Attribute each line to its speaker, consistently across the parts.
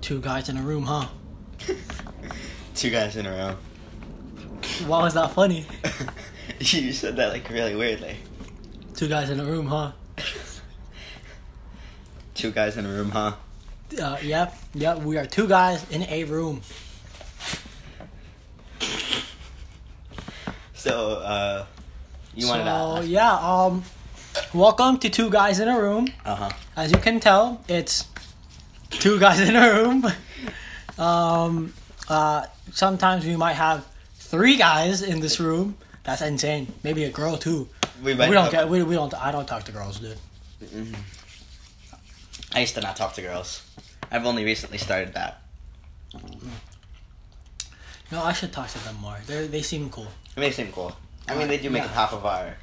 Speaker 1: Two guys in a room, huh?
Speaker 2: Two guys in a row.
Speaker 1: Why was that funny?
Speaker 2: you said that like really weirdly.
Speaker 1: Two guys in a room, huh?
Speaker 2: Two guys in a room, huh?
Speaker 1: Uh, yep, yep, we are two guys in a room.
Speaker 2: So, uh, you
Speaker 1: so,
Speaker 2: wanted to ask.
Speaker 1: yeah, um, welcome to Two Guys in a Room.
Speaker 2: Uh huh.
Speaker 1: As you can tell, it's two guys in a room. Um, uh, sometimes we might have three guys in this room. That's insane. Maybe a girl too.
Speaker 2: We,
Speaker 1: We don't
Speaker 2: talk-
Speaker 1: get. We, we don't. I don't talk to girls, dude.
Speaker 2: I used to not talk to girls. I've only recently started that.
Speaker 1: No, I should talk to them more. They they seem cool.
Speaker 2: It may seem cool. I mean, they do make
Speaker 1: Yeah.
Speaker 2: up half of our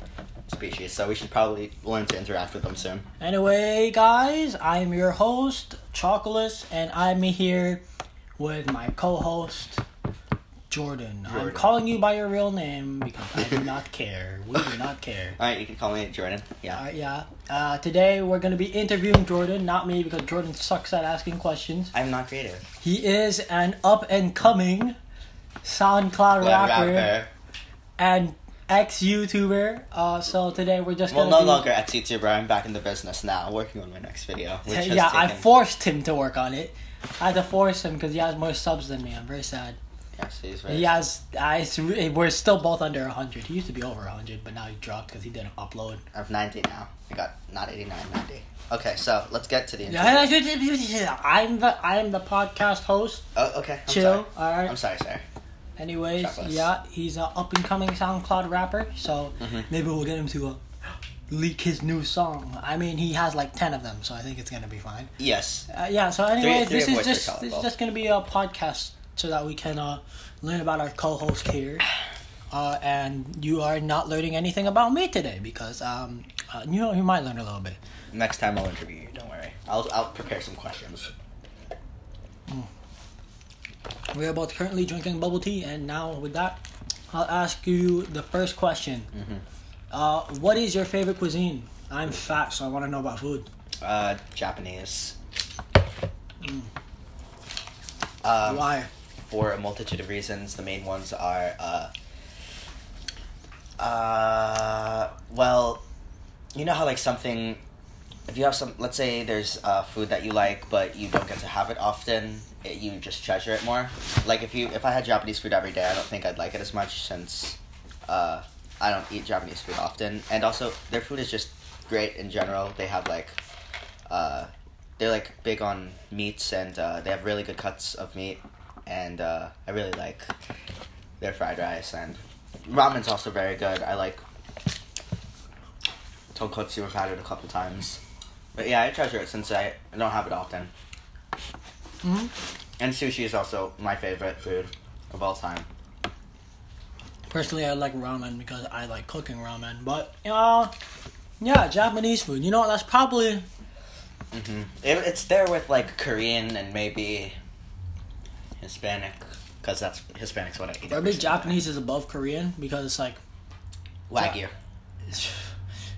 Speaker 2: species, so we should probably learn to interact with them soon.
Speaker 1: Anyway, guys, I'm your host, Chocolus, and I'm here with my co-host, Jordan. I'm
Speaker 2: Jordan.
Speaker 1: calling you by your real name because I do not care. We do not care.
Speaker 2: All right, you can call me Jordan. Yeah.
Speaker 1: Alright, yeah. Uh, today we're gonna be interviewing Jordan, not me, because Jordan sucks at asking questions.
Speaker 2: I'm not creative.
Speaker 1: He is an up and coming SoundCloud
Speaker 2: Well,
Speaker 1: rapper, and ex YouTuber. Uh, so today we're just
Speaker 2: Well,
Speaker 1: gonna
Speaker 2: no
Speaker 1: be-
Speaker 2: longer at YouTuber. I'm back in the business now, working on my next video. Which has
Speaker 1: yeah, I
Speaker 2: taken-
Speaker 1: forced him to work on it. I had to force him because he has more subs than me. I'm very sad.
Speaker 2: Yes, he's very
Speaker 1: He has, I, it's re- we're still both under 100. He used to be over 100, but now he dropped because he didn't upload.
Speaker 2: I'm 90 now. I got not 89, 90. Okay, so let's get to the intro.
Speaker 1: I'm the, I'm the podcast host.
Speaker 2: Oh, okay. I'm
Speaker 1: Chill,
Speaker 2: Sorry.
Speaker 1: alright.
Speaker 2: I'm sorry, sir.
Speaker 1: Anyways,
Speaker 2: Chocolates.
Speaker 1: yeah, he's an up and coming SoundCloud rapper, so
Speaker 2: Mm-hmm.
Speaker 1: maybe we'll get him to uh, leak his new song. I mean, he has like ten of them, so I think it's gonna be fine.
Speaker 2: Yes.
Speaker 1: Uh, yeah. So, anyways,
Speaker 2: three
Speaker 1: this
Speaker 2: of
Speaker 1: is
Speaker 2: which are
Speaker 1: just this is
Speaker 2: colourful.
Speaker 1: just gonna be a podcast so that we can uh, learn about our co-host here. Uh, and you are not learning anything about me today because um, uh, you know you might learn a little bit.
Speaker 2: Next time I'll interview you. Don't worry. I'll I'll prepare some questions.
Speaker 1: We are both currently drinking bubble tea, and now with that, I'll ask you the first question.
Speaker 2: Mm-hmm.
Speaker 1: Uh, what is your favorite cuisine? I'm fat, so I want to know about food.
Speaker 2: Uh, Japanese.
Speaker 1: Mm.
Speaker 2: Um,
Speaker 1: Why?
Speaker 2: for a multitude of reasons. The main ones are, uh, uh, well, you know how like something, if you have some, let's say there's uh, food that you like, but you don't get to have it often, it, you just treasure it more. Like if you, if I had Japanese food every day, I don't think I'd like it as much since, uh, I don't eat Japanese food often, and also their food is just great in general. They have like, uh, they're like big on meats and uh, they have really good cuts of meat and uh, I really like their fried rice and ramen's also very good. I like tonkotsu. I've had it a couple times, but yeah, I treasure it since I I don't have it often.
Speaker 1: Mhm.
Speaker 2: And sushi is also my favorite food of all time.
Speaker 1: Personally, I like ramen because I like cooking ramen. But uh, yeah, Japanese food. You know what? That's probably
Speaker 2: Mm-hmm. It, it's there with like Korean and maybe Hispanic, because that's Hispanic's what I eat. every
Speaker 1: maybe
Speaker 2: single day.
Speaker 1: Japanese is above Korean because it's like
Speaker 2: wagyu.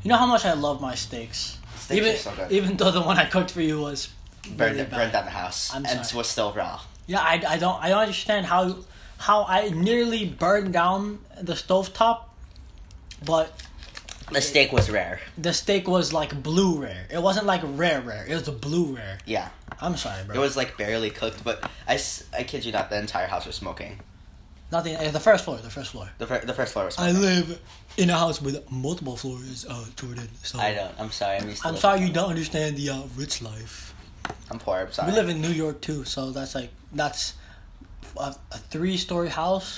Speaker 1: you know how much I love my steaks.
Speaker 2: Steaks
Speaker 1: even
Speaker 2: are so good.
Speaker 1: even though the one I cooked for you was
Speaker 2: Burned,
Speaker 1: really
Speaker 2: it,
Speaker 1: bad.
Speaker 2: burned down the house
Speaker 1: I'm
Speaker 2: and
Speaker 1: sorry.
Speaker 2: was still raw.
Speaker 1: Yeah, I, I don't I don't understand how how I nearly burned down the stovetop, but
Speaker 2: The steak was rare.
Speaker 1: the steak was like blue rare. It wasn't like rare rare. It was a blue rare.
Speaker 2: Yeah.
Speaker 1: I'm sorry, bro.
Speaker 2: It was like barely cooked, but I, s- I kid you not, the entire house was smoking.
Speaker 1: nothing. eh, The first floor. The first floor.
Speaker 2: The, fir- the first floor was
Speaker 1: I
Speaker 2: smoking.
Speaker 1: live in a house with multiple floors, uh, Jordan. So
Speaker 2: I don't. I'm sorry. I'm, used to
Speaker 1: I'm
Speaker 2: living
Speaker 1: sorry you
Speaker 2: alone.
Speaker 1: don't understand the uh, rich life.
Speaker 2: I'm poor. I'm sorry.
Speaker 1: We live in New York too, so that's like that's a, a three-story house.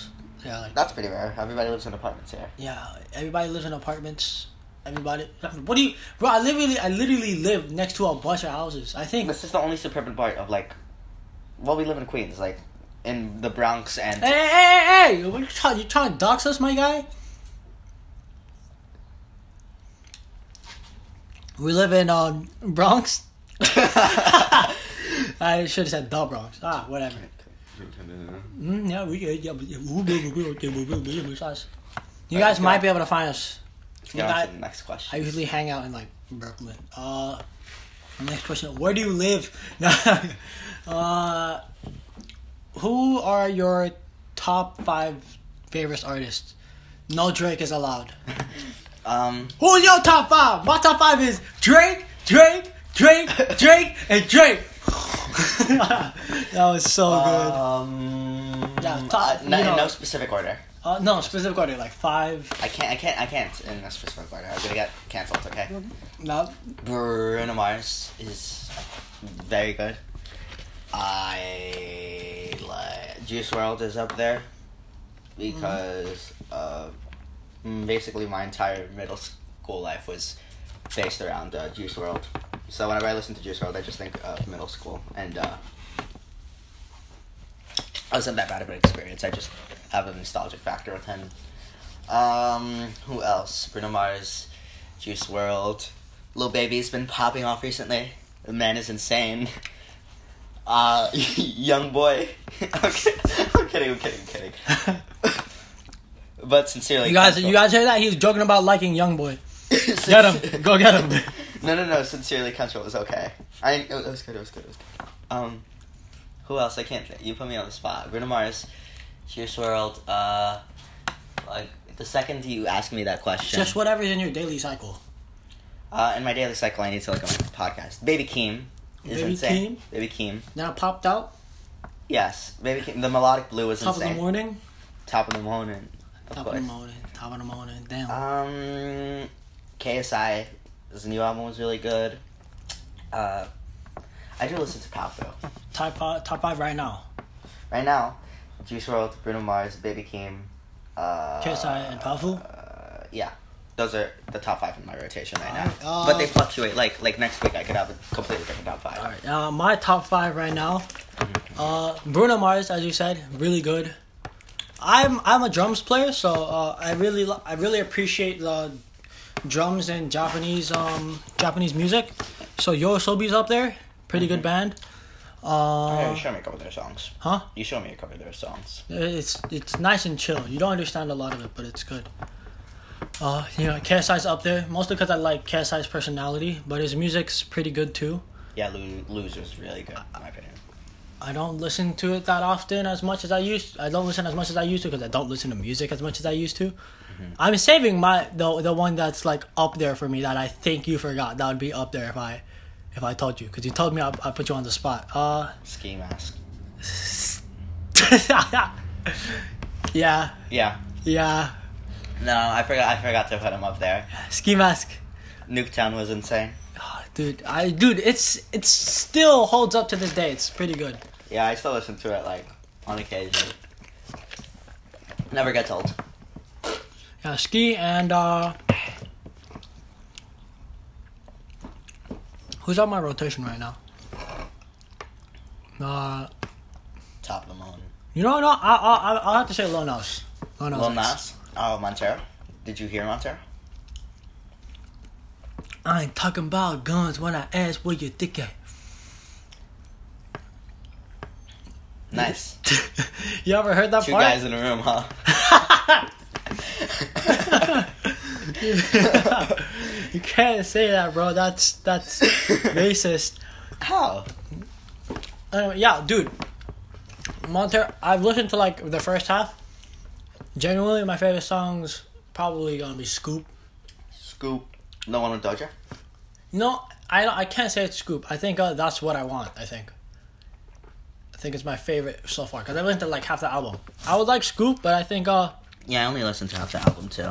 Speaker 1: Yeah, like
Speaker 2: That's pretty rare. Everybody lives in apartments here.
Speaker 1: Yeah, everybody lives in apartments. Everybody, what do you, bro? I literally, I literally live next to a bunch of houses. I think.
Speaker 2: This is the only suburban part of like. Well, we live in Queens, like in the Bronx and.
Speaker 1: Hey, hey, hey, hey! What you trying? You trying to dox us, my guy? We live in um Bronx. I should have said the Bronx. Ah, whatever. Mm, yeah, we yeah, yeah. You guys might be able to find us.
Speaker 2: Get on to the next
Speaker 1: I
Speaker 2: question.
Speaker 1: usually hang out in like Brooklyn. Uh, Next question: Where do you live? No. uh, who are your top five favorite artists? No Drake is allowed.
Speaker 2: Um,
Speaker 1: Who's your top five? My top five is Drake, Drake, Drake, Drake, and Drake. that was so good.
Speaker 2: um,
Speaker 1: Yeah, top-
Speaker 2: uh, no,
Speaker 1: you know-
Speaker 2: in no specific order.
Speaker 1: Uh, no, specific order, like five.
Speaker 2: I can't. I can't. I can't in no specific order. I'm gonna get canceled. Okay.
Speaker 1: No,
Speaker 2: Bruno Mars is very good. I like Juice World is up there because uh, mm, basically my entire middle school life was based around uh, Juice World. So whenever I listen to Juice World, I just think of middle school, and uh, it wasn't that bad of an experience. I just have a nostalgic factor with him. Um, who else? Bruno Mars, Juice World, Lil Baby's been popping off recently. The man is insane. Uh, young boy. I'm kidding. I'm kidding. I'm kidding. I'm kidding. but sincerely,
Speaker 1: you guys,
Speaker 2: Kenzo-
Speaker 1: you guys hear that? He's joking about liking YoungBoy. Get
Speaker 2: Sincer-
Speaker 1: him, go get him.
Speaker 2: No, no, no. Sincerely, Control was okay. I it was, it was good. It was good. It was good. Um, who else? I can't. think. You put me on the spot. Bruno Mars, Juice World. Uh, like the second you ask me that question,
Speaker 1: Just whatever's in your daily cycle.
Speaker 2: uh, in my daily cycle, I need to look at my podcast. Baby Keem is
Speaker 1: Baby
Speaker 2: insane. Baby Keem.
Speaker 1: Now popped out,
Speaker 2: Yes, Baby Keem. The melodic blue is
Speaker 1: top of
Speaker 2: insane.
Speaker 1: the morning,
Speaker 2: Top of the morning. Of
Speaker 1: top of
Speaker 2: course.
Speaker 1: the morning, top of the morning. Damn.
Speaker 2: Um, KSI, his new album was really good. Uh, I do listen to Pop though.
Speaker 1: top five, top five right now.
Speaker 2: Right now, Juice World, Bruno Mars, Baby Keem, uh,
Speaker 1: KSI and Pavu?
Speaker 2: Uh, yeah, those are the top five in my rotation right now.
Speaker 1: Alright, uh,
Speaker 2: but they fluctuate. Like like next week, I could have a completely different top five.
Speaker 1: All right, uh, my top five right now. Uh, Bruno Mars, as you said, really good. I'm I'm a drums player, so uh, I really li- I really appreciate the drums and Japanese um Japanese music. So Yoasobi's up there, pretty good band.
Speaker 2: Hey,
Speaker 1: Uh,
Speaker 2: show me a couple of their songs.
Speaker 1: huh?
Speaker 2: You show me a couple of their songs.
Speaker 1: It's it's nice and chill. You don't understand a lot of it, but it's good. Uh, you know, KSI's up there mostly because I like KSI's personality, but his music's pretty good too.
Speaker 2: Yeah, Lo- Loser's really good, in my opinion.
Speaker 1: I don't listen to it that often as much as I used. I don't listen as much as I used to because I don't listen to music as much as I used to. I'm saving my the the one that's like up there for me that I think you forgot. That would be up there if I if I told you because you told me I, I put you on the spot. Uh,
Speaker 2: Ski Mask.
Speaker 1: yeah,
Speaker 2: Yeah.
Speaker 1: yeah.
Speaker 2: No, I forgot. I forgot to put him up there.
Speaker 1: Ski mask.
Speaker 2: Nuketown was insane.
Speaker 1: Ah, Dude, I dude, it's it still holds up to this day. It's pretty good.
Speaker 2: Yeah, I still listen to it like on occasion. Never gets old.
Speaker 1: Yeah, ski and uh, who's on my rotation right now? Uh,
Speaker 2: Top of the mountain.
Speaker 1: you know, no, I I I- I'll have to say Lil Nas. Lil Nas.
Speaker 2: Lil
Speaker 1: X.
Speaker 2: Nas. Oh, Montero. Did you hear Montero?
Speaker 1: I ain't talking about guns when I ask where your dick at.
Speaker 2: Nice.
Speaker 1: you ever heard that
Speaker 2: Two
Speaker 1: part?
Speaker 2: guys in a room, huh?
Speaker 1: you can't say that, bro. That's that's racist.
Speaker 2: How?
Speaker 1: Anyway, yeah, dude. Montero, I've listened to like the first half. Genuinely, my favorite song's probably gonna be "Scoop."
Speaker 2: Scoop. No one with Doja?
Speaker 1: No, I don't- I can't say it's "Scoop." I think uh, that's what I want. I think. I think it's my favorite so far because I listened to like half the album. I would like "Scoop," but I think uh,
Speaker 2: Yeah, I only listen to half the album, too.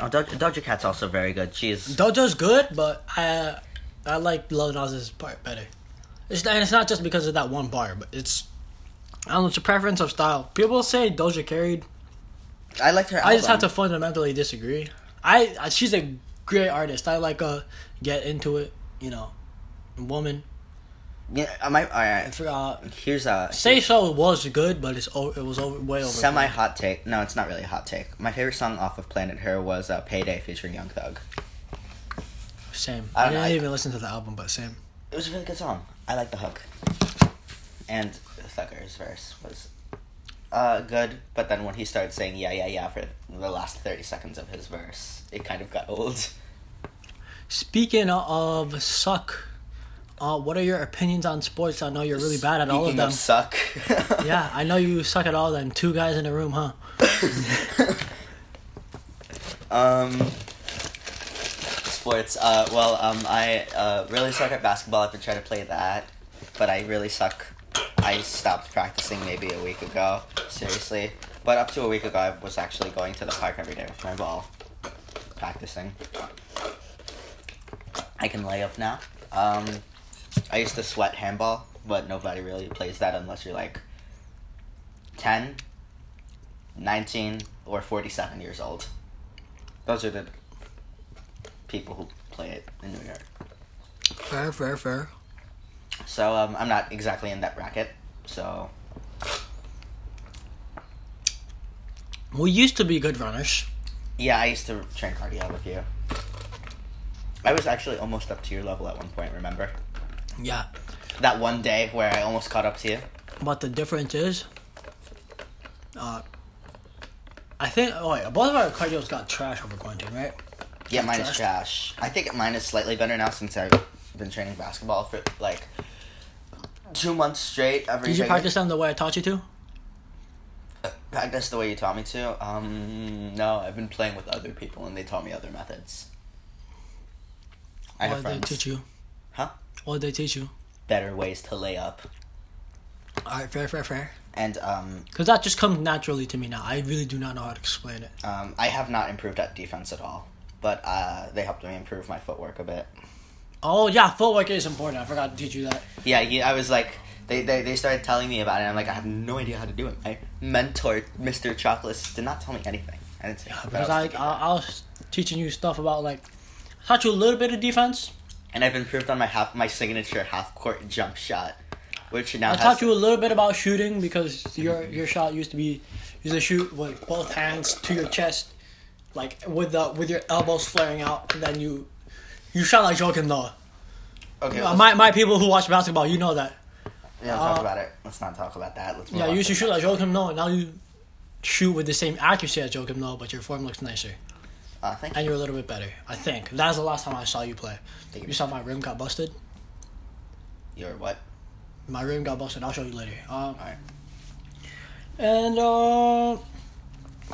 Speaker 2: Oh, Doja, Doja Cat's also very good. She's.
Speaker 1: Dojo's good, but I I like Lil Nas's part better. It's and it's not just because of that one bar, but it's I don't know. It's a preference of style. People say Doja carried.
Speaker 2: I liked her album.
Speaker 1: I just have to fundamentally disagree. I, I she's a great artist. I like uh get into it, you know, woman.
Speaker 2: Yeah, I might. Alright.
Speaker 1: For, uh,
Speaker 2: Here's a.
Speaker 1: Say so was good, but it's o- it was over, way over.
Speaker 2: Semi hot take. No, it's not really a hot take. My favorite song off of Planet Her was uh, Payday featuring Young Thug.
Speaker 1: same.
Speaker 2: I
Speaker 1: I,
Speaker 2: don't know,
Speaker 1: didn't
Speaker 2: I-
Speaker 1: even listen to the album, but same.
Speaker 2: It was a really good song. I like the hook. And Thugger's verse was uh, good, but then when he started saying yeah, yeah, yeah for the last 30 seconds of his verse, it kind of got old.
Speaker 1: Speaking of suck, Uh, what are your opinions on sports? I know you're really bad at all of
Speaker 2: Speaking
Speaker 1: them.
Speaker 2: suck.
Speaker 1: yeah, I know you suck at all of them. Two guys in a room, huh?
Speaker 2: Um, sports. Uh, well, um, I uh, really suck at basketball. I've been trying to play that, but I really suck. I stopped practicing maybe a week ago. Seriously, but up to a week ago, I was actually going to the park every day with my ball, practicing. I can lay up now. Um, I used to sweat handball, but nobody really plays that unless you're like 10, 19, or 47 years old. Those are the people who play it in New York.
Speaker 1: Fair, fair, fair.
Speaker 2: So um, I'm not exactly in that bracket. So
Speaker 1: We used to be good runners.
Speaker 2: yeah, I used to train cardio with you. I was actually almost up to your level at one point. Remember
Speaker 1: Yeah.
Speaker 2: that one day where I almost caught up to you?
Speaker 1: But the difference is, uh, I think, oh, wait, both of our cardios got trash over quarantine, right?
Speaker 2: Yeah, mine
Speaker 1: Trash.
Speaker 2: is trash. I think mine is slightly better now since I've been training basketball for like two months straight. Every
Speaker 1: Did you
Speaker 2: day.
Speaker 1: practice them the way I taught you to?
Speaker 2: Practice the way you taught me to? Um, no, I've been playing with other people and they taught me other methods. I have
Speaker 1: what did
Speaker 2: friends.
Speaker 1: they teach you?
Speaker 2: Huh?
Speaker 1: What did they teach you?
Speaker 2: Better ways to lay up.
Speaker 1: All right, fair, fair, fair.
Speaker 2: And um,
Speaker 1: Because that just comes naturally to me now. I really do not know how to explain it.
Speaker 2: um, I have not improved at defense at all, but uh, they helped me improve my footwork a bit.
Speaker 1: Oh, yeah, footwork is important. I forgot to teach you that.
Speaker 2: Yeah, he, I was like, they, they, they started telling me about it, and I'm like, I have no idea how to do it. My mentor, Mr. Chocolates, did not tell me anything. I didn't say but I
Speaker 1: Because
Speaker 2: was
Speaker 1: I,
Speaker 2: thinking-
Speaker 1: I, I was teaching you stuff about, like, taught you a little bit of defense.
Speaker 2: And I've improved on my half my signature half court jump shot, which now
Speaker 1: I
Speaker 2: has
Speaker 1: taught you a little bit about shooting because your your shot used to be you used to shoot with both hands to your chest, like with the with your elbows flaring out, and then you you shot like Joakim Noah.
Speaker 2: Okay,
Speaker 1: Uh,
Speaker 2: let's-
Speaker 1: my my people who watch basketball, you know that.
Speaker 2: Yeah, let's talk
Speaker 1: Uh,
Speaker 2: about it. Let's not talk about that. Let's move
Speaker 1: Yeah,
Speaker 2: on
Speaker 1: you used
Speaker 2: to
Speaker 1: to shoot
Speaker 2: the
Speaker 1: like Joakim Noah. Now you shoot with the same accuracy as Joakim Noah, but your form looks nicer
Speaker 2: next- Uh, thank
Speaker 1: and you're a little bit better. I think that's the last time I saw you play.
Speaker 2: Thank you.
Speaker 1: You saw my rim got busted.
Speaker 2: you. You're what?
Speaker 1: My rim got busted. I'll show you later. Um,
Speaker 2: All right.
Speaker 1: and uh,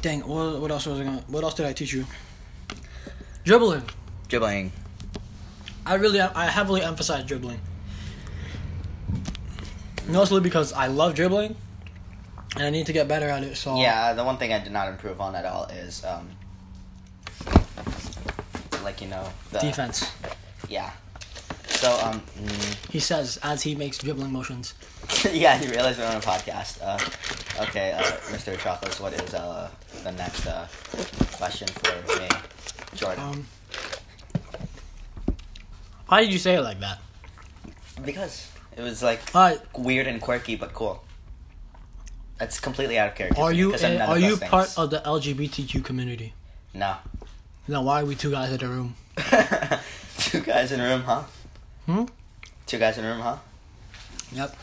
Speaker 1: dang, what, what else was I gonna? What else did I teach you? Dribbling.
Speaker 2: Dribbling.
Speaker 1: I really, I heavily emphasize dribbling. Mostly because I love dribbling, and I need to get better at it. So
Speaker 2: Yeah, the one thing I did not improve on at all is, um, like you know, the
Speaker 1: defense.
Speaker 2: Yeah. So um, mm,
Speaker 1: He says as he makes dribbling motions.
Speaker 2: yeah, you realize we're on a podcast. Uh, okay, uh, Mr. Chocolates, what is uh the next uh question for me, Jordan?
Speaker 1: Um, why did you say it like that?
Speaker 2: because it was like
Speaker 1: Uh,
Speaker 2: weird and quirky but cool. That's completely out of character.
Speaker 1: are
Speaker 2: for me,
Speaker 1: you
Speaker 2: 'cause I'm
Speaker 1: a,
Speaker 2: none
Speaker 1: are
Speaker 2: of those
Speaker 1: you
Speaker 2: things.
Speaker 1: part of the LGBTQ community?
Speaker 2: No.
Speaker 1: Now why are we two guys in a room?
Speaker 2: Two guys in a room, huh?
Speaker 1: Hmm?
Speaker 2: Two guys in a room, huh?
Speaker 1: Yep.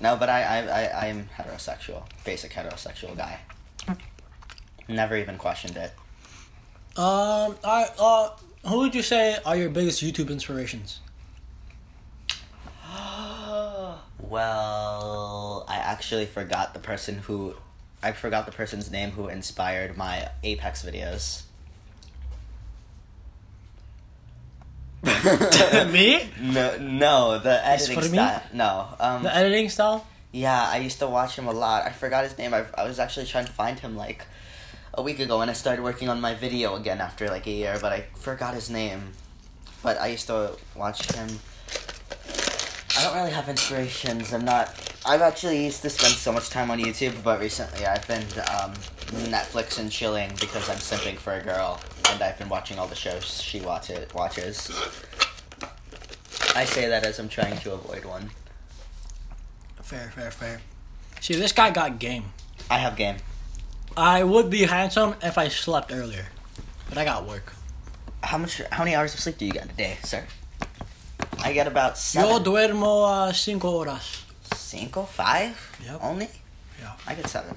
Speaker 2: No, but I, I, I, I'm heterosexual. Basic heterosexual guy. Never even questioned it.
Speaker 1: Um, I uh, who would you say are your biggest YouTube inspirations?
Speaker 2: well, I actually forgot the person who. I forgot the person's name who inspired my Apex videos.
Speaker 1: Me?
Speaker 2: No, no, the editing
Speaker 1: for me?
Speaker 2: style. No, um,
Speaker 1: The editing style?
Speaker 2: Yeah, I used to watch him a lot. I forgot his name. I, I was actually trying to find him like a week ago, and I started working on my video again after like a year, but I forgot his name. But I used to watch him. I don't really have inspirations. I'm not. I've actually used to spend so much time on YouTube, but recently I've been um, Netflix and chilling because I'm simping for a girl, and I've been watching all the shows she watch watches. I say that as I'm trying to avoid one.
Speaker 1: Fair, fair, fair. See, this guy got game.
Speaker 2: I have game.
Speaker 1: I would be handsome if I slept earlier, but I got work.
Speaker 2: How much? How many hours of sleep do you get a day, sir? I get about
Speaker 1: Yo
Speaker 2: seven.
Speaker 1: duermo uh, cinco horas.
Speaker 2: Cinco, five?
Speaker 1: Yep.
Speaker 2: Only?
Speaker 1: Yeah.
Speaker 2: I get seven.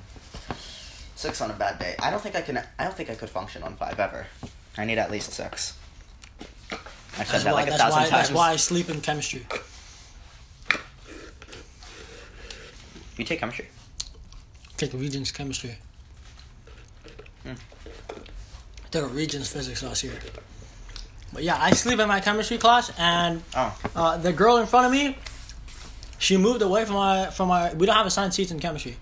Speaker 2: Six on a bad day. I don't think I can. I don't think I could function on five ever. I need at least six. I've said
Speaker 1: That's,
Speaker 2: that
Speaker 1: why,
Speaker 2: like a
Speaker 1: that's,
Speaker 2: thousand
Speaker 1: why,
Speaker 2: times.
Speaker 1: that's why I sleep in chemistry.
Speaker 2: You take chemistry.
Speaker 1: Take Regents chemistry.
Speaker 2: Hmm.
Speaker 1: I took a Regents physics last year. But yeah, I sleep in my chemistry class, and
Speaker 2: Oh.
Speaker 1: uh, the girl in front of me, she moved away from our from our. We don't have assigned seats in chemistry,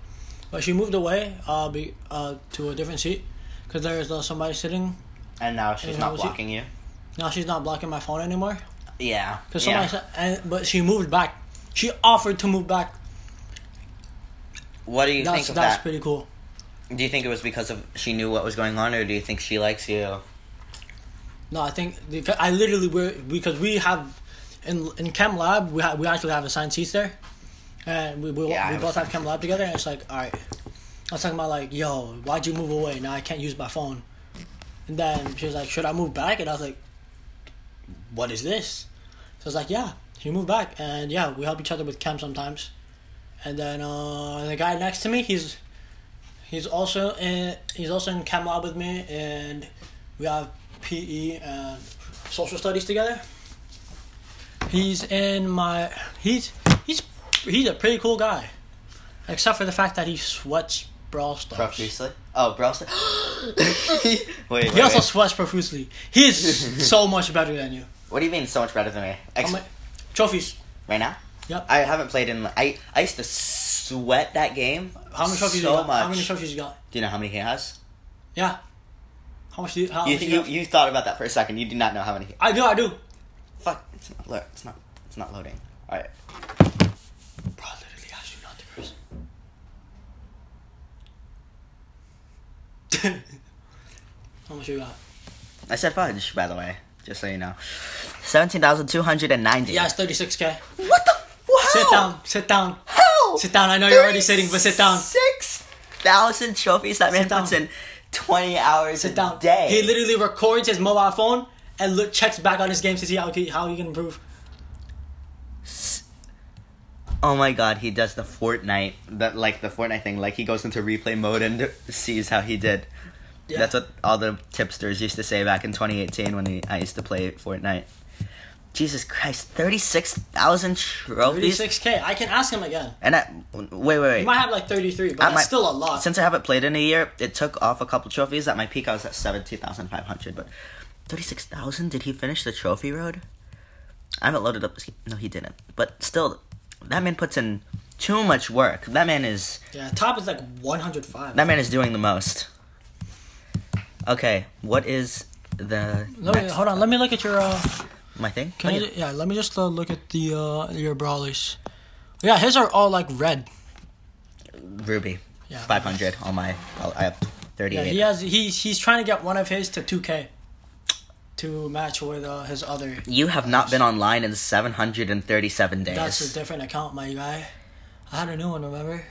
Speaker 1: but she moved away uh, be, uh, to a different seat because there is uh, somebody sitting.
Speaker 2: And now she's
Speaker 1: And how
Speaker 2: not
Speaker 1: was it?
Speaker 2: blocking you.
Speaker 1: Now she's not blocking my phone anymore.
Speaker 2: Yeah.
Speaker 1: Cause somebody
Speaker 2: yeah.
Speaker 1: said, and, but she moved back. She offered to move back.
Speaker 2: What do you
Speaker 1: That's
Speaker 2: think of
Speaker 1: that's
Speaker 2: that?
Speaker 1: pretty cool.
Speaker 2: Do you think it was because of she knew what was going on, or do you think she likes you?
Speaker 1: No, I think because I literally were because we have in in chem lab we ha- we actually have assigned seats there, and we we,
Speaker 2: Yeah, I
Speaker 1: we
Speaker 2: have
Speaker 1: both have
Speaker 2: assigned
Speaker 1: chem lab together. And it's like, all right, I was talking about like, yo, why'd you move away? Now I can't use my phone. And then she was like, should I move back? And I was like, what is this? So I was like, yeah, she moved back, and yeah, we help each other with chem sometimes. And then uh, the guy next to me, he's he's also in he's also in chem lab with me, and we have PE and social studies together. He's in my he's he's he's a pretty cool guy, except for the fact that he sweats brawl stars.
Speaker 2: Profusely. Oh, bro. st- wait, wait,
Speaker 1: He also
Speaker 2: wait.
Speaker 1: sweats profusely. He is so much better than you.
Speaker 2: What do you mean so much better than me? Ex-
Speaker 1: I'm like, trophies.
Speaker 2: right now?
Speaker 1: Yep.
Speaker 2: I haven't played in. I I used to sweat that game.
Speaker 1: How many trophies?
Speaker 2: So
Speaker 1: you got?
Speaker 2: much.
Speaker 1: How many trophies you got?
Speaker 2: do you know how many he has?
Speaker 1: Yeah. How much do you? How
Speaker 2: You,
Speaker 1: much do
Speaker 2: you,
Speaker 1: have?
Speaker 2: you thought about that for a second. You do not know how many.
Speaker 1: I do. I do.
Speaker 2: Fuck. It's not. lo- It's not. It's not loading. All right.
Speaker 1: Bro, I literally asked you not to curse. How much you got?
Speaker 2: I said fudge, by the way, just so you know. Seventeen thousand two hundred and ninety.
Speaker 1: Yeah, it's 36k.
Speaker 2: What the? Wow.
Speaker 1: Sit down, sit down.
Speaker 2: How?
Speaker 1: Sit down, I know you're already sitting, but sit down.
Speaker 2: Six thousand trophies that man
Speaker 1: Sit down.
Speaker 2: puts in twenty hours
Speaker 1: Sit
Speaker 2: a
Speaker 1: down.
Speaker 2: day.
Speaker 1: He literally records his mobile phone and look, checks back on his game to see how he, how he can improve.
Speaker 2: oh my god, he does the Fortnite, that like the Fortnite thing. Like he goes into replay mode and sees how he did.
Speaker 1: Yeah.
Speaker 2: That's what all the tipsters used to say back in 2018 when he, I used to play Fortnite. Jesus Christ, thirty-six thousand trophies,
Speaker 1: 36k. I can ask him again.
Speaker 2: and I, wait, wait, wait.
Speaker 1: He might have like 33, but
Speaker 2: At
Speaker 1: that's
Speaker 2: my-
Speaker 1: still a lot.
Speaker 2: Since I haven't played in a year, it took off a couple trophies. At my peak, I was at seventeen thousand five hundred, but thirty-six thousand. Did he finish the trophy road? I haven't loaded up. this- No, he didn't. But still, that man puts in too much work. That man is.
Speaker 1: Yeah, top is like 105.
Speaker 2: That man is doing the most. Okay, what is the
Speaker 1: Let me,
Speaker 2: next-
Speaker 1: hold on, let me look at your. Uh,
Speaker 2: my thing? Oh,
Speaker 1: can I,
Speaker 2: Look at-
Speaker 1: yeah, let me just uh, look at the uh, your brawlers. Yeah, his are all like red.
Speaker 2: Ruby,
Speaker 1: Yeah.
Speaker 2: five hundred on my. I have
Speaker 1: Yeah,
Speaker 2: thirty-eight.
Speaker 1: he has. He's he's trying to get one of his to two K, to match with uh, his other.
Speaker 2: You have not been online in seven hundred and thirty-seven days.
Speaker 1: That's a different account, my guy. I had a new one. Remember?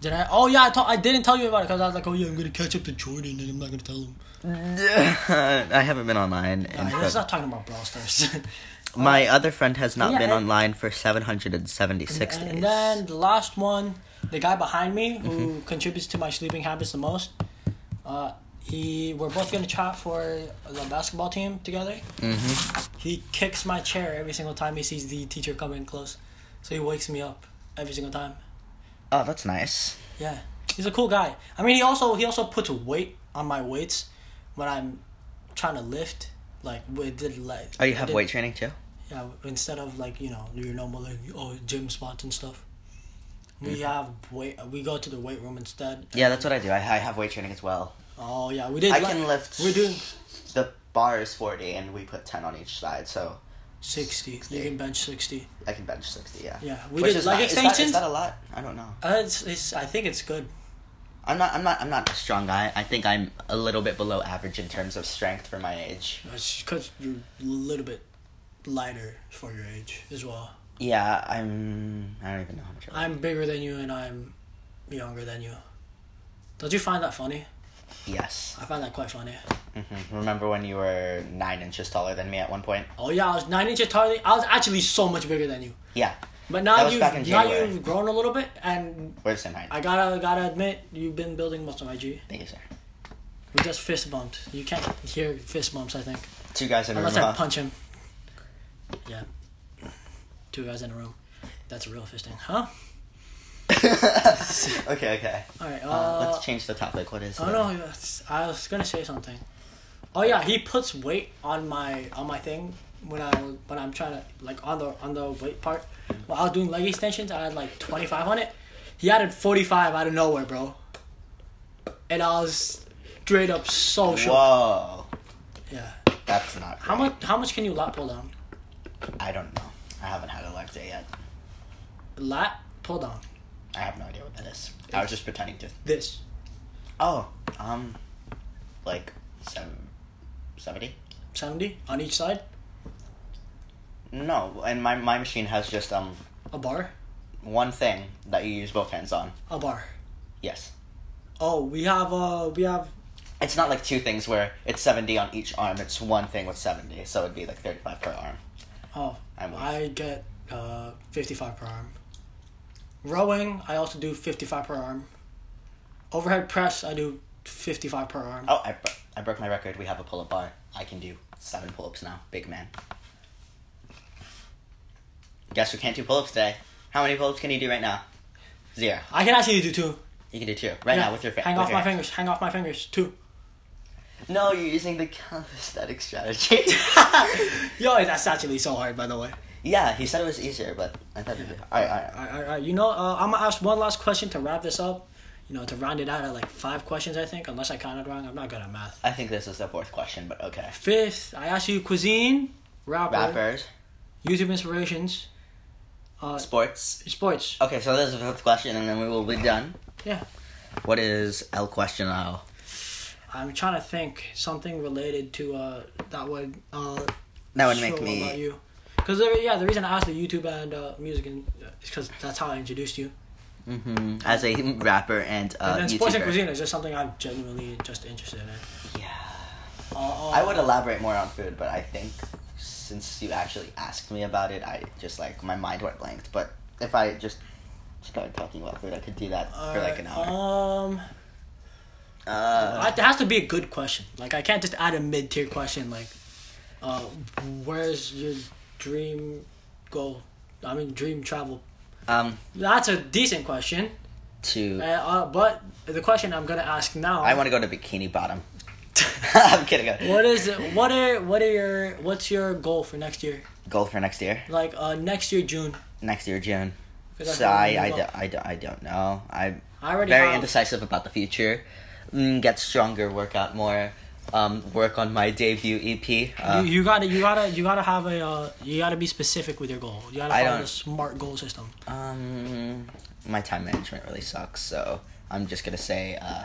Speaker 1: Did I? Oh yeah, I told. I didn't tell you about it because I was like, oh yeah, I'm gonna catch up to Jordan, and I'm not gonna tell him.
Speaker 2: I haven't been online. in
Speaker 1: Nah,
Speaker 2: forever.
Speaker 1: let's not talking about Brawl Stars.
Speaker 2: My other friend has not
Speaker 1: Yeah,
Speaker 2: been
Speaker 1: and-
Speaker 2: online for 776 days.
Speaker 1: and then the last one, the guy behind me who contributes to my sleeping habits the most. Uh, he we're both gonna chat for the basketball team together. Mm-hmm. He kicks my chair every single time he sees the teacher come in close, so he wakes me up every single time.
Speaker 2: oh, that's nice.
Speaker 1: Yeah, he's a cool guy. I mean, he also he also puts weight on my weights when I'm trying to lift. Like we did like.
Speaker 2: Oh,
Speaker 1: I
Speaker 2: you have
Speaker 1: did-
Speaker 2: weight training too?
Speaker 1: yeah, instead of like you know your normal like oh gym spots and stuff, we have weight. We go to the weight room instead.
Speaker 2: Yeah, that's what I do. I, I have weight training as well.
Speaker 1: Oh yeah, we did.
Speaker 2: I
Speaker 1: like-
Speaker 2: can lift.
Speaker 1: We're doing
Speaker 2: The bar is 40 and we put 10 on each side, so
Speaker 1: sixty. You can bench sixty.
Speaker 2: I can bench 60, yeah.
Speaker 1: Yeah, we
Speaker 2: Which
Speaker 1: did
Speaker 2: is
Speaker 1: leg
Speaker 2: not- is that-
Speaker 1: extensions.
Speaker 2: Is that a lot? I don't know.
Speaker 1: Uh, it's, it's, I think it's good.
Speaker 2: I'm not I'm not I'm not a strong guy. I think I'm a little bit below average in terms of strength for my age.
Speaker 1: It's because you're a little bit lighter for your age as well.
Speaker 2: Yeah, I'm I don't even know how much I weigh.
Speaker 1: I'm bigger than you and I'm younger than you. Don't you find that funny?
Speaker 2: Yes.
Speaker 1: I find that quite funny.
Speaker 2: hmm Remember when you were 9 inches taller than me at one point?
Speaker 1: Oh yeah, I was nine inches taller. than- I was actually so much bigger than you.
Speaker 2: Yeah.
Speaker 1: But
Speaker 2: That
Speaker 1: now
Speaker 2: was
Speaker 1: you've
Speaker 2: back in
Speaker 1: now
Speaker 2: January.
Speaker 1: you've grown a little bit, and
Speaker 2: We're the same height.
Speaker 1: I gotta gotta admit you've been building muscle, my G.
Speaker 2: Thank you, sir.
Speaker 1: We just fist bumped. You can't hear fist bumps. I think.
Speaker 2: two guys in a room.
Speaker 1: Unless I
Speaker 2: huh?
Speaker 1: punch him. Yeah. Two guys in a room. That's a real fisting, huh?
Speaker 2: okay, okay.
Speaker 1: All right. Uh,
Speaker 2: Uh, let's change the topic. What is?
Speaker 1: oh
Speaker 2: the-
Speaker 1: no, it's- I was gonna say something. Oh yeah, he puts weight on my on my thing when I when I'm trying to like on the on the weight part. While I was doing leg extensions, I had like 25 on it. He added 45 out of nowhere, bro. And I was straight up so shocked.
Speaker 2: Whoa,
Speaker 1: Yeah.
Speaker 2: that's not.
Speaker 1: How
Speaker 2: great.
Speaker 1: much how much can you lat pull down?
Speaker 2: I don't know. I haven't had a leg day yet.
Speaker 1: Lat pull down.
Speaker 2: I have no idea what that is. I was just pretending to.
Speaker 1: This.
Speaker 2: Oh, um, like seven, seventy.
Speaker 1: 70 on each side.
Speaker 2: No, and my my machine has just um
Speaker 1: A bar.
Speaker 2: one thing that you use both hands on.
Speaker 1: A bar.
Speaker 2: Yes.
Speaker 1: Oh, we have uh we have
Speaker 2: It's not like two things where it's 70 on each arm. It's one thing with 70, so it'd be like 35 per arm.
Speaker 1: oh
Speaker 2: I'm with-
Speaker 1: I get uh fifty five per arm. Rowing I also do fifty five per arm. Overhead press I do fifty five per arm.
Speaker 2: Oh, I, bro- I broke my record. We have a pull up bar. I can do seven pull ups now. Big man. Guess who can't do pull ups today? How many pull ups can you do right now? Zero.
Speaker 1: I can actually do two.
Speaker 2: You can do two. Right
Speaker 1: Yeah.
Speaker 2: now with your fa-
Speaker 1: Hang
Speaker 2: with
Speaker 1: off
Speaker 2: your
Speaker 1: my
Speaker 2: hand.
Speaker 1: fingers. Hang off my fingers. Two.
Speaker 2: No, you're using the calisthenic strategy.
Speaker 1: Yo, that's actually so hard by the way.
Speaker 2: yeah, he said it was easier, but I thought it'd be. Alright, alright.
Speaker 1: All right, all right, all right. You know, uh, I'm gonna ask one last question to wrap this up. You know, to round it out at like five questions, I think, unless I counted wrong. I'm not good at math.
Speaker 2: I think this is the fourth question, but okay.
Speaker 1: Fifth, I asked you cuisine, rapper,
Speaker 2: Rappers,
Speaker 1: YouTube inspirations, uh,
Speaker 2: sports.
Speaker 1: sports.
Speaker 2: Okay, so this is the fifth question, and then we will be done.
Speaker 1: Yeah,
Speaker 2: What is El Cuestionado?
Speaker 1: I'm trying to think something related to uh, that would uh,
Speaker 2: That would make
Speaker 1: show about
Speaker 2: me.
Speaker 1: you. Because yeah, the reason I asked the YouTube and uh, music and because that's how I introduced you.
Speaker 2: hmm as a rapper and, uh,
Speaker 1: and then sports and
Speaker 2: YouTuber.
Speaker 1: cuisine is just something I'm genuinely just interested in.
Speaker 2: Yeah.
Speaker 1: Uh, uh,
Speaker 2: I would elaborate more on food, but I think since you actually asked me about it, I just like my mind went blank. But if I just started talking about food, I could do that for like an hour.
Speaker 1: Um,
Speaker 2: Uh,
Speaker 1: I, it has to be a good question. Like I can't just add a mid tier question. Like, uh, where's your dream goal? I mean, dream travel.
Speaker 2: um,
Speaker 1: That's a decent question. Uh,
Speaker 2: to
Speaker 1: uh, but the question I'm gonna ask now.
Speaker 2: I want to go to Bikini Bottom. I'm kidding. I'm-
Speaker 1: What is it? What are what are your what's your goal for next year?
Speaker 2: goal for next year?
Speaker 1: Like uh, next year June.
Speaker 2: Next year, June.
Speaker 1: 'Cause
Speaker 2: So
Speaker 1: already
Speaker 2: I, I,
Speaker 1: know.
Speaker 2: do, I, do, I don't know. I'm
Speaker 1: I already
Speaker 2: very
Speaker 1: have-
Speaker 2: indecisive about the future. Mm, get stronger, work out more, um, work on my debut EP. Uh,
Speaker 1: you, you gotta you gotta you gotta have a uh, you gotta be specific with your goal. You gotta
Speaker 2: I
Speaker 1: find
Speaker 2: don't-
Speaker 1: a smart goal system.
Speaker 2: um, my time management really sucks, so I'm just gonna say uh,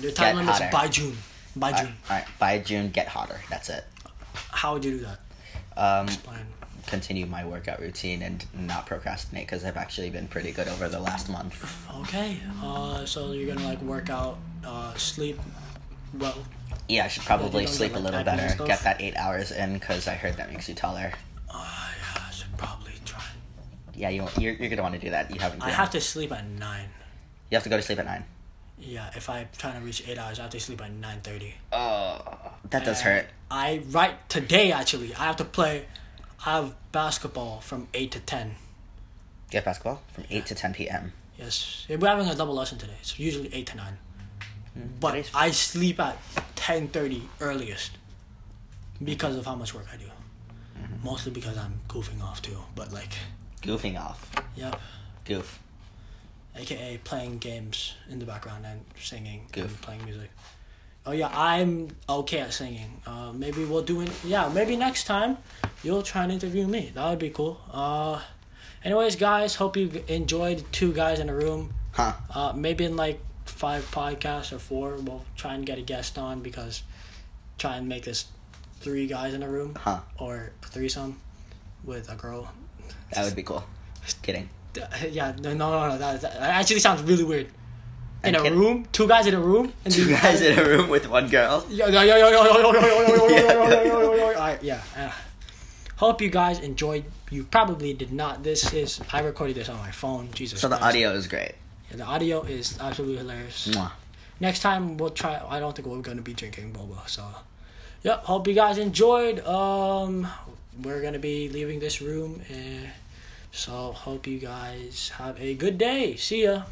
Speaker 1: Your time
Speaker 2: Get
Speaker 1: limit's
Speaker 2: hotter.
Speaker 1: by June. By
Speaker 2: I-
Speaker 1: June.
Speaker 2: I- by June, get hotter. That's it.
Speaker 1: How would you do that?
Speaker 2: Um,
Speaker 1: Plan.
Speaker 2: continue my workout routine and not procrastinate because I've actually been pretty good over the last month.
Speaker 1: Okay, uh, so you're gonna like work out, uh, sleep well.
Speaker 2: Yeah, I should
Speaker 1: you
Speaker 2: probably
Speaker 1: don't
Speaker 2: sleep a
Speaker 1: get, like,
Speaker 2: little
Speaker 1: diabetes and
Speaker 2: better.
Speaker 1: stuff?
Speaker 2: Get that eight hours in because I heard that makes you taller.
Speaker 1: Oh, I should probably try.
Speaker 2: Yeah, you you're, you're gonna want to do that. You haven't.
Speaker 1: I have to sleep at nine.
Speaker 2: You have to go to sleep at nine.
Speaker 1: Yeah, if I'm trying to reach eight hours, I have to sleep at nine thirty.
Speaker 2: Oh, that does
Speaker 1: And
Speaker 2: hurt.
Speaker 1: I right today actually. I have to play. I have basketball from eight to ten.
Speaker 2: You have basketball from eight to ten p.m.
Speaker 1: Yes, Yeah, we're having a double lesson today. It's usually eight to nine, but
Speaker 2: Mm. nice.
Speaker 1: I sleep at ten thirty earliest because of how much work I do.
Speaker 2: Mm-hmm.
Speaker 1: Mostly because I'm goofing off too, but like,
Speaker 2: Goofing off.
Speaker 1: yep.
Speaker 2: Goof.
Speaker 1: aka playing games in the background and singing
Speaker 2: Goof.
Speaker 1: and playing music. Oh yeah, I'm okay at singing. Uh, maybe we'll do it. Yeah, maybe next time you'll try and interview me. That would be cool. Uh, anyways, guys, hope you enjoyed two guys in a room.
Speaker 2: Huh.
Speaker 1: Uh, maybe in like five podcasts or four, we'll try and get a guest on because try and make this three guys in a room
Speaker 2: Huh.
Speaker 1: or a threesome with a girl.
Speaker 2: That would be cool. Just kidding.
Speaker 1: Uh, yeah, no, no, no, no. That, that actually sounds really weird. In
Speaker 2: I'm
Speaker 1: a
Speaker 2: kidding.
Speaker 1: room, two guys in a room, and
Speaker 2: Two
Speaker 1: the-
Speaker 2: guys in a room with one girl.
Speaker 1: Yo, yo, yo, yo, yo, yo, yo, yo, yo, yo, yo,
Speaker 2: Yeah,
Speaker 1: yo, yo,
Speaker 2: yeah,
Speaker 1: yo, yo, yo. All right, yeah. uh, Hope you guys enjoyed. You probably did not. This is I recorded this on my phone. Jesus.
Speaker 2: So the
Speaker 1: Christ.
Speaker 2: audio is great.
Speaker 1: Yeah, the audio is absolutely hilarious.
Speaker 2: Mwah.
Speaker 1: Next time we'll try. I don't think we're gonna be drinking boba. So, Yep. Hope you guys enjoyed. Um, we're gonna be leaving this room, and so hope you guys have a good day. See ya.